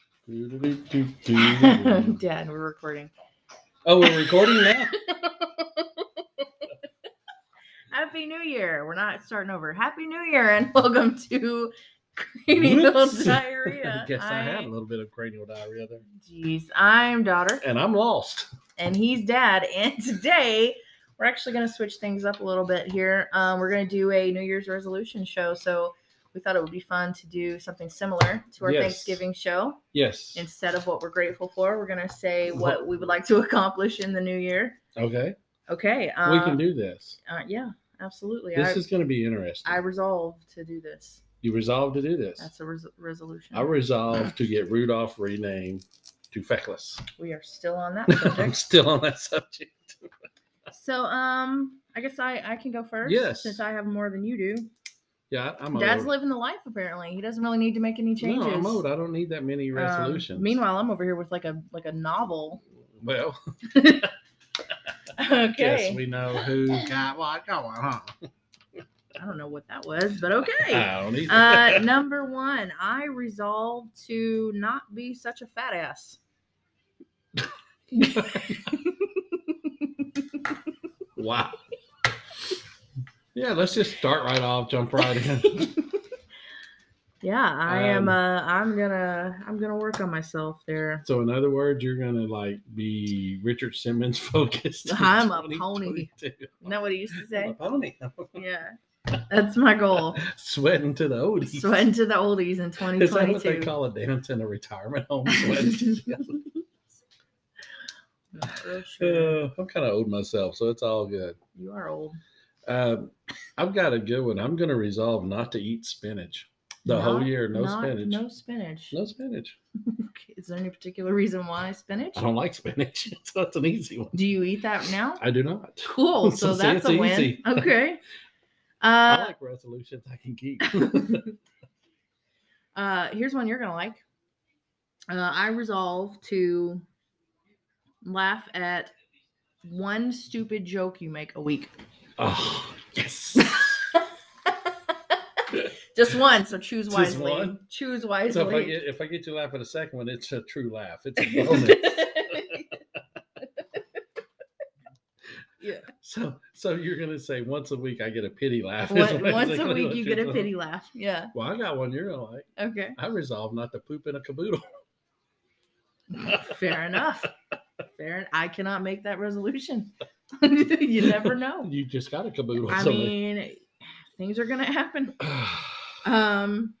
oh, Dad, we're recording. we're recording now. Happy New Year. We're not starting over. Happy New Year and welcome to Cranial Whoops. Diarrhea. I guess I had a little bit of cranial diarrhea there, Jeez, I'm daughter and I'm lost. and he's dad. And today we're actually going to switch things up a little bit here. Um, we're going to do a New Year's resolution show. So we thought it would be fun to do something similar to our Yes. Thanksgiving show. Yes. Instead of what we're grateful for, we're going to say Wha- what we would like to accomplish in the new year. Okay, Okay. we uh, can do this. Uh, yeah, absolutely. I, This is going to be interesting. I resolve to do this. you resolved to do this. That's a res- resolution. I resolved to get Rudolph renamed to Feckless. we are still on that I'm subject. still on that subject. so, um, I guess I I can go first. Yes. Since I have more than you do. Yeah, I, am old. Dad's living the life apparently. He doesn't really need to make any changes. No, I'm old. I don't need that many Um, resolutions. meanwhile, I'm over here with like a like a novel. well, okay. yes, we know who got what going on. I don't know what that was, but okay. I don't either. Uh, number one, I resolve to not be such a fat ass. Wow. Yeah, let's just start right off, jump right in. Yeah, I Um, am. Uh, I'm gonna. I'm gonna work on myself there. so, in other words, you're gonna like be Richard Simmons focused. in I'm a pony. 2022. Isn't that what he used to I'm a say? pony. Yeah, that's my goal. Sweating to the oldies. Sweating to the oldies in 2022. Is that what they call it? Dance in a retirement home. Sweating to the oldies. Not real sure. Uh, I'm kind of old myself, so it's all good. You are old. Um, I've got a good one. I'm gonna resolve not to eat spinach the whole Not- year. No not- spinach. No spinach. no spinach. Okay, Is there any particular reason why spinach? I don't like spinach. so That's an easy one. Do you eat that now? Uh-huh. I do not. Cool. So See, that's it's a win. easy. Okay. I Uh, like resolutions I can keep. Oh. uh, here's one you're gonna like. Uh, I resolve to laugh at one stupid joke you make a week. oh, yes. Just one. So choose Just wisely. one? Choose So if I wisely. get if I get you laugh at a second one, it's a true laugh. It's a bonus. yeah. so so you're gonna say once a week I get a pity laugh. is One- what it's once a gonna week look you get a like. oh. pity laugh. Yeah. Well, I got one you're gonna like. Okay. I resolved not to poop in a caboodle. Fair enough. Fair. en- I cannot make that resolution. you never know. You just got a caboodle. I so- mean, things are gonna happen. Um,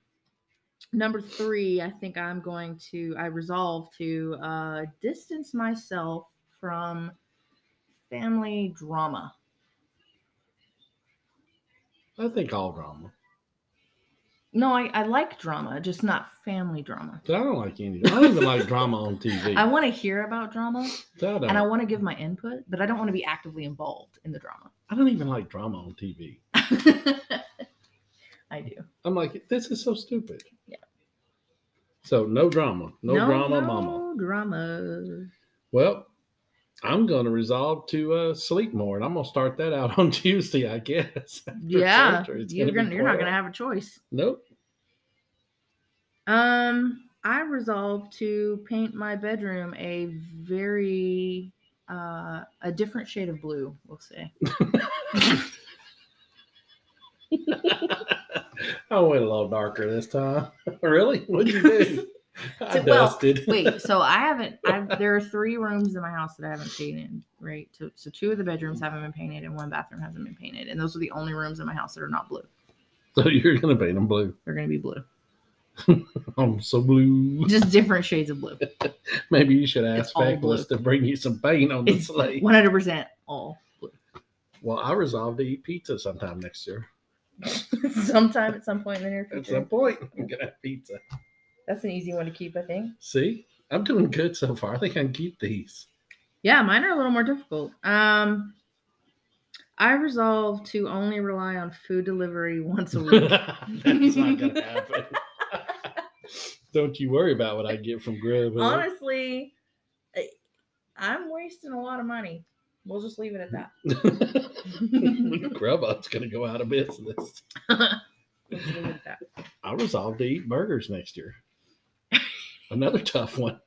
number three, I think I'm going to. I resolve to uh, distance myself from family drama. I think all drama. No, I, I like drama, just not family drama. But I don't like any. I don't even like drama on TV. I want to hear about drama I don't, and I I, want to give my input, but I don't want to be actively involved in the drama. don't even like drama on TV. I do. I'm like, this is so stupid. Yeah. So no drama, no, drama, mama. No drama. Well, I'm going to resolve to uh, sleep more, and I'm going to start that out on Tuesday, I guess. after Yeah, surgery. It's you're gonna be gonna you're not quite a- gonna have a choice. Nope. Um, I resolved to paint my bedroom a very uh a different shade of blue. We'll say. I went a little darker this time. really? What'd you do? I So- well, dusted. Wait, so I haven't. I've, there are three rooms in my house that I haven't painted. Right, so, so two of the bedrooms haven't been painted, and one bathroom hasn't been painted, and those are the only rooms in my house that are not blue. so you're going to paint them blue. They're gonna be blue, I'm so blue. just different shades of blue. Maybe you should ask It's all Feckless to bring you some paint on the It's slate. one hundred percent all Well, I resolved to eat pizza sometime next year. blue. Sometime at some point in the near At future. some point, I'm going to have pizza. That's an easy one to keep, I think. See, I'm doing good so far. I think I can keep these. Yeah, mine are a little more difficult. Um, I resolve to only rely on food delivery once a week. That's not gonna happen. Don't you worry about what I get from Grub. Honestly, I- I'm wasting a lot of money. We'll just leave it at that. Grubhub's gonna go out of business. We'll just leave it at that. I resolved to eat burgers next year. Another tough one.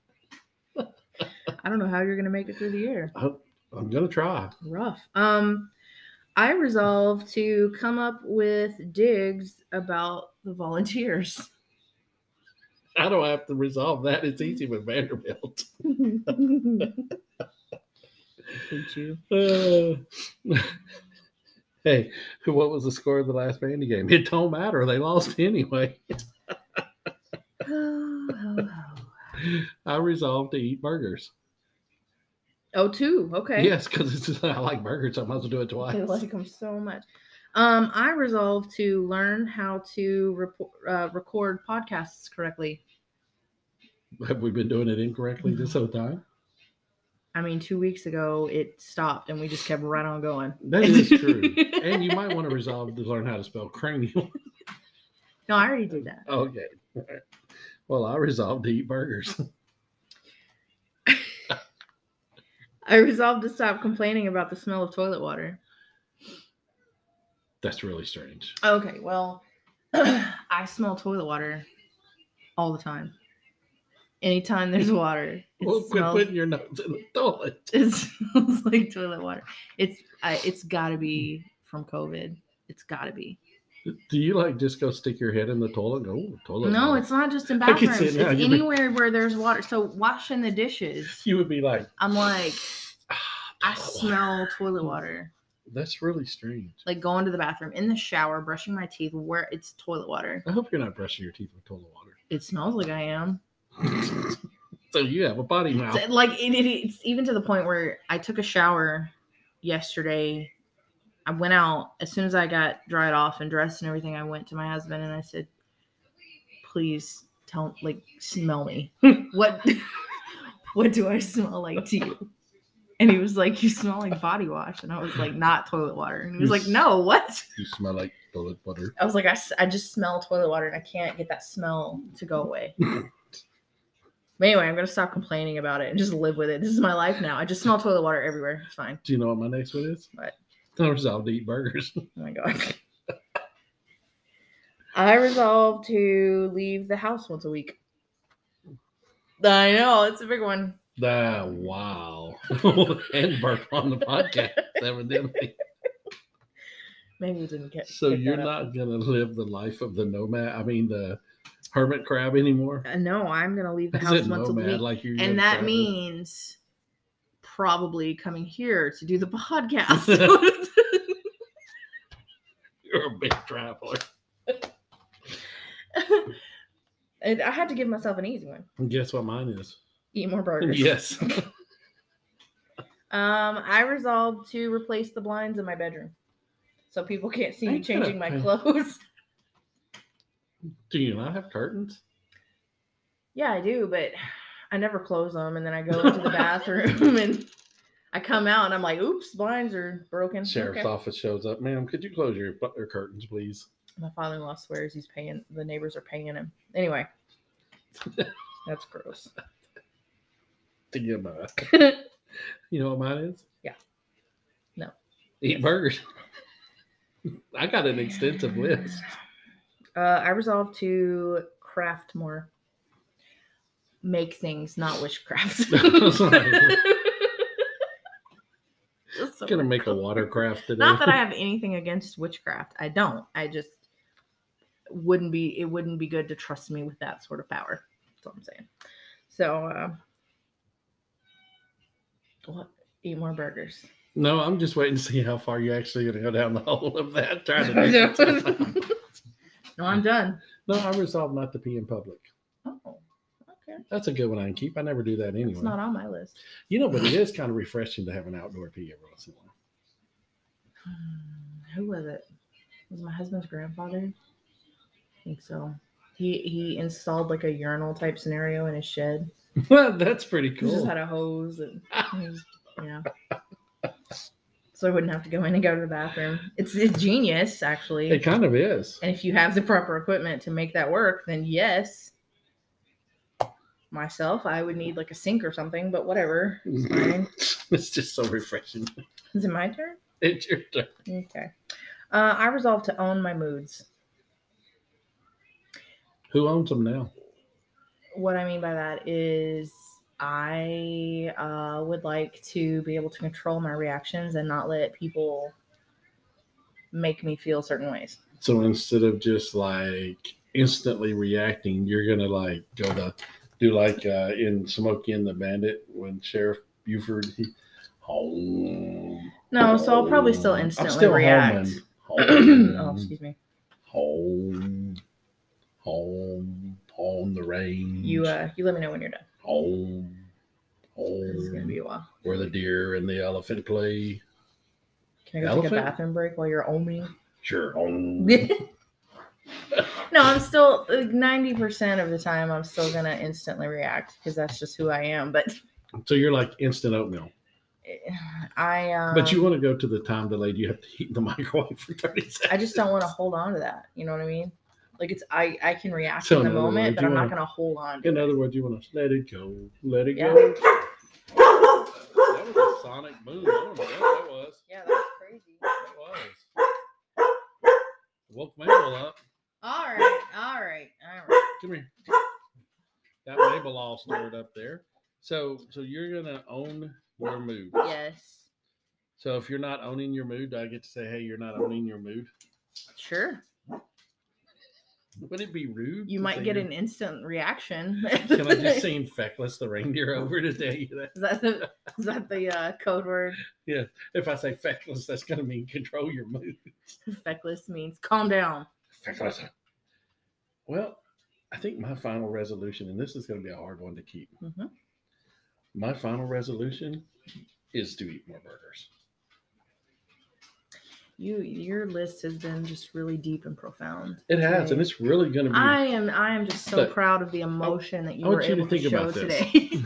I don't know how you're going to make it through the year. I'm gonna try. Rough. Um, I resolved to come up with digs about the volunteers. I don't have to resolve that. It's easy with Vanderbilt. Hate you. Uh, hey, what was the score of the last Vandy game? It don't matter. They lost anyway. Oh, I resolved to eat burgers. oh, two. Okay. Yes, because it's just, I like burgers. I might as well do it twice. I like them so much. Um, I resolved to learn how to report, uh, record podcasts correctly. Have we been doing it incorrectly this whole time? I mean, two weeks ago it stopped and we just kept right on going. That is true. and you might want to resolve to learn how to spell cranial. No, I already did that. okay. All right. Well, I resolved to eat burgers. I resolved to stop complaining about the smell of toilet water. That's really strange. Okay, well, I smell toilet water all the time. Anytime there's water, it Well, quit smells. putting your nose in the toilet. It smells like toilet water. It's I, it's got to be from COVID. It's got to be. Do you like just go stick your head in the toilet and go, "Ooh, toilet? No, water." it's not just in I can see bathrooms. it It's now. You've been- anywhere where there's water. So washing the dishes, You would be like, I'm like, "Ah, I toilet water." smell toilet water. That's really strange. Like going to the bathroom, in the shower, brushing my teeth, where it's toilet water. I hope you're not brushing your teeth with toilet water. It smells like I am. so you have a body mouth. So, like it, it- it's even to the point where I took a shower yesterday. I went out as soon as I got dried off and dressed and everything. I went to my husband and I said, "Please tell, like, smell me. what, what do I smell like to you?" And he was like, "You smell like body wash," and I was like, "Not toilet water." And he was You like, s- "No, what?" You smell like toilet water. I was like, I, s- I just smell toilet water and I can't get that smell to go away. but anyway, I'm going to stop complaining about it and just live with it. This is my life now. I just smell toilet water everywhere. It's fine. Do you know what my next one is? What? I resolved to eat burgers. Oh my God. I resolved to leave the house once a week. I know. It's a big one. Ah, wow. and burger on the podcast, evidently. Maybe you didn't get So pick that you're up. not going to live the life of the nomad, I mean, the hermit crab anymore? Uh, No, I'm going to leave the I house said once a nomad, week. like you're gonna and that travel. means probably coming here to do the podcast. you're a big traveler. and I had to give myself an easy one. And guess what mine is? Eat more burgers. Yes. Um, I resolved to replace the blinds in my bedroom so people can't see me Ain't that a changing my pain? clothes. Do you not have curtains? yeah, I do, but I never close them. And then I go into the bathroom and I come out and I'm like, oops, blinds are broken. Sheriff's Okay. office shows up. Ma'am, could you close your, bu- your curtains, please? My father in law swears he's paying, the neighbors are paying him. Anyway, that's gross. To give my, you know what mine is? Yeah. No. Eat burgers. I got an extensive list. Uh, I resolved to craft more, make things, not wishcraft. Just so I'm gonna we're make a clear. watercraft today. Not that I have anything against witchcraft. I don't. I just wouldn't be. It wouldn't be good to trust me with that sort of power. That's all I'm saying. So, uh, what? Eat more burgers. no, I'm just waiting to see how far you're actually gonna go down the hole of that. Trying to do it. Hmm. No, I'm done. no, I resolved not to pee in public. Oh, okay. That's a good one I can keep. I never do that anyway. It's not on my list. you know, but it is kind of refreshing to have an outdoor pee every once in a while. Hmm, Who was it? Was my husband's grandfather? I think so. He he installed like a urinal type scenario in his shed. Well, that's pretty He just cool. had a hose and he was- yeah. So I wouldn't have to go in and go to the bathroom. It's, it's genius actually. It kind of is. and if you have the proper equipment to make that work, then yes. Myself, I would need like a sink or something, but whatever. It's fine. It's just so refreshing. Is it my turn? It's your turn. Okay. Uh, I resolved to own my moods. Who owns them now? what I mean by that is I uh, would like to be able to control my reactions and not let people make me feel certain ways. So instead of just like instantly reacting, you're gonna like go the do like uh, in Smokey and the Bandit when Sheriff Buford he oh No, so I'll probably still I'm instantly still Mm. react. homing. oh, Home, excuse me. home, home, on the range. You uh, you let me know when you're done. home, This is gonna home, be a while. where the deer and the elephant play. Can I go take a Elephant? bathroom break while you're oming? Sure, home. no, I'm still ninety percent of the time I'm still gonna instantly react because that's just who I am. But eh, so you're like instant oatmeal, I um, but you want to go to the time delayed. You have to heat in the microwave for thirty seconds. I just don't want to hold on to that. You know what I mean? Like it's I I can react So in the in other moment, words, but you I'm not wanna- gonna hold on. To In it. other words, you want to let it go, let it Yeah. go. That was a sonic boom. I don't know what that was. Yeah, that's crazy. That was. Woke Mabel up. All right, all right, all right. Come here. That Mabel all stirred up there. So, so you're gonna own your mood. Yes, So if you're not owning your mood, do I get to say, "Hey, you're not owning your mood"? sure. Would it be rude? You to might say get you're- an instant reaction. Can I just sing "Feckless the Reindeer" over today? Is that the, is that the uh, code word? If I say "feckless," that's gonna mean control your mood. Feckless means calm down. Feckless. Well, I think my final resolution, and this is gonna be a hard one to keep. Mhm. My final resolution is to eat more burgers. You your list has been just really deep and profound. It has, and today. it's really gonna be. I am I am just so Look, proud of the emotion that you I want were you to able to, think show about this. today.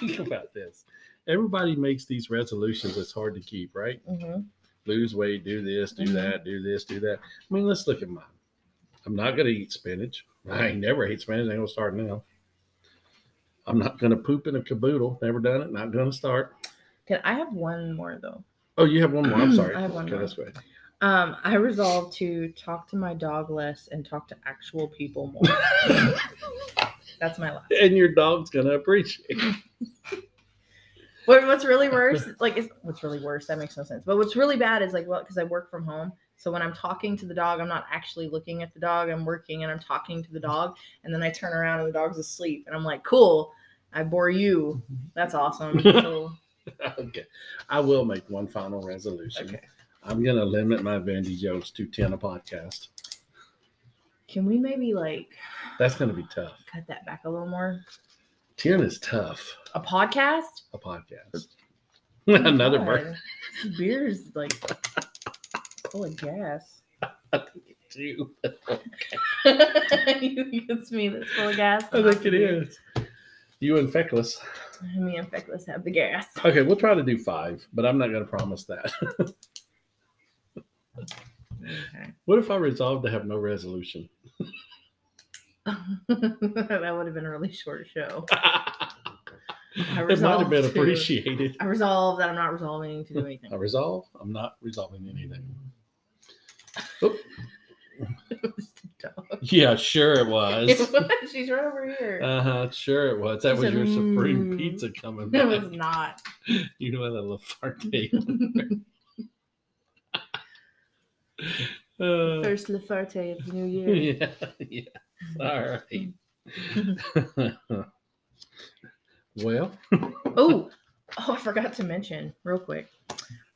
think about this. Everybody makes these resolutions. It's hard to keep, right? Mhm. Lose weight, do this, do Mhm. that, do this, do that. I mean, let's look at mine. I'm not going to eat spinach. I ain't never ate spinach. I ain't going to start now. I'm not going to poop in a caboodle. Never done it. Not going to start. Can I have one more though? Oh, you have one more. I'm sorry. Mm-hmm. I have one Okay, more. that's great. Um, I resolved to talk to my dog less and talk to actual people more. That's my last. And your dog's going to appreciate it. What, what's really worse, like, it's, what's really worse? That makes no sense. But what's really bad is like, well, because I work from home, so when I'm talking to the dog, I'm not actually looking at the dog. I'm working and I'm talking to the dog, and then I turn around and the dog's asleep, and I'm like, cool, I bore you. That's awesome. So, okay. I will make one final resolution. okay. I'm going to limit my Vandy jokes to 10 a podcast. Can we maybe like That's going to be tough. cut that back a little more? 10 is tough. A podcast? a podcast. Oh my Another God. bird. This beer is like full of gas. too. you gets me that's full of gas. I think it is. You and Feckless. Me and Feckless have the gas. Okay, we'll try to do five, but I'm not going to promise that. Okay. what if I resolve to have no resolution? that would have been a really short show. it might have resolved been to- appreciated. I resolve that I'm not resolving to do anything. I resolve. I'm not resolving anything. Oh, It was the dog. yeah, sure it was. She's right over here. Uh huh. Sure it was. That She was said, your supreme "Mm." pizza coming it back. was not. you know that little farty. Uh, First Leferte of the New Year. yeah, yeah. All right. well, oh, oh, I forgot to mention real quick.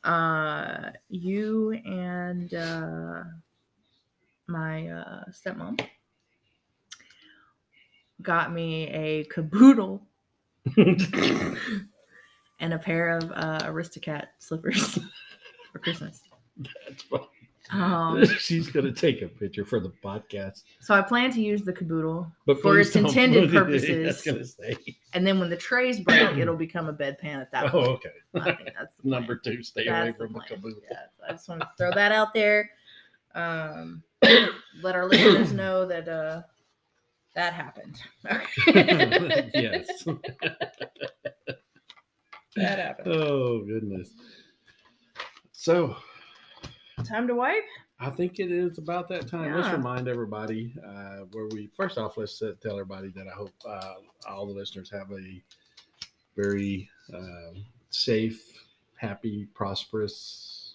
Uh, you and uh, my uh, stepmom got me a caboodle and a pair of uh, Aristocat slippers for Christmas. Um, she's going to take a picture for the podcast. so I plan to use the caboodle, But For please its don't intended put it in- That's purposes. going to say. and then when the trays break, it'll become a bedpan at that Oh, point. okay. I think that's the plan. Number two, stay away That's the from the plan. caboodle. Yeah, so I just want to throw that out there. Um, let our listeners know that uh, that happened. Okay. yes. that happened. Oh goodness. So Time to wipe. I think it is about that time. Let's Yeah. remind everybody uh, where we first off. Let's uh, tell everybody that I hope uh, all the listeners have a very uh, safe, happy, prosperous,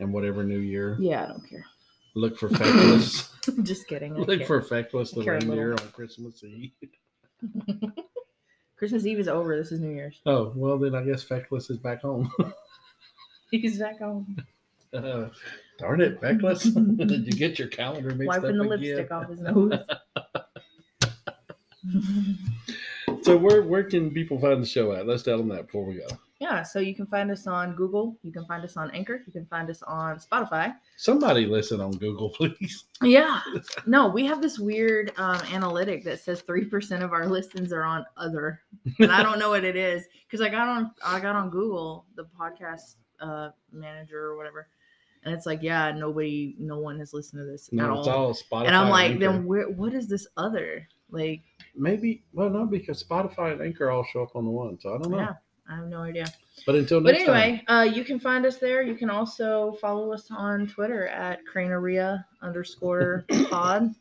and whatever new year. Yeah, I don't care. Look for feckless. Just kidding. I don't Look care. for feckless the Care a little. reindeer on Christmas Eve. Christmas Eve is over. This is New Year's. Oh well, then I guess feckless is back home. He's back home, Uh, darn it, feckless! Did you get your calendar mixed up wiping the again? lipstick off his nose. So where where can people find the show at? Let's tell them that before we go. yeah, so you can find us on Google. You can find us on Anchor. You can find us on Spotify. Somebody listen on Google, please. Yeah. No, we have this weird um, analytic that says three percent of our listens are on other, and I don't know what it is because I got on I got on Google the podcast uh, manager or whatever, and it's like yeah nobody no one has listened to this at No, all. it's all Spotify. and I'm like Anchor. then where, what is this other like maybe well no because Spotify and Anchor all show up on the one, so I don't know. yeah I have no idea. But until But next time, anyway, uh, you can find us there. You can also follow us on Twitter at craneria underscore pod.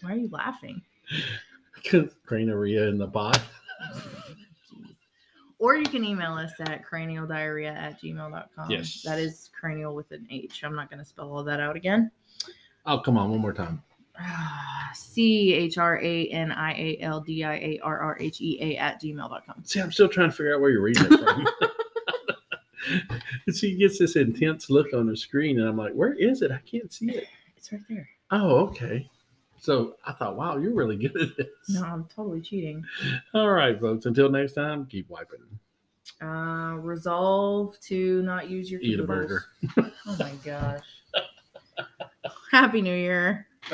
Why are you laughing? because Craneria in the bot. Or you can email us at cranialdiarrhea at gmail.com. Yes. That is cranial with an H. I'm not going to spell all that out again. Oh come on, one more time. C H R A N I A L D I A R R H E A at gmail.com. See, I'm still trying to figure out where you're reading it from. she gets this intense look on her screen, and I'm like, where is it? I can't see it. It's right there. Oh, okay. So I thought, wow, you're really good at this. No, I'm totally cheating. All right, folks. Until next time, keep wiping. Uh, resolve to not use your Eat a caboodles. burger. Oh my gosh. Happy New Year.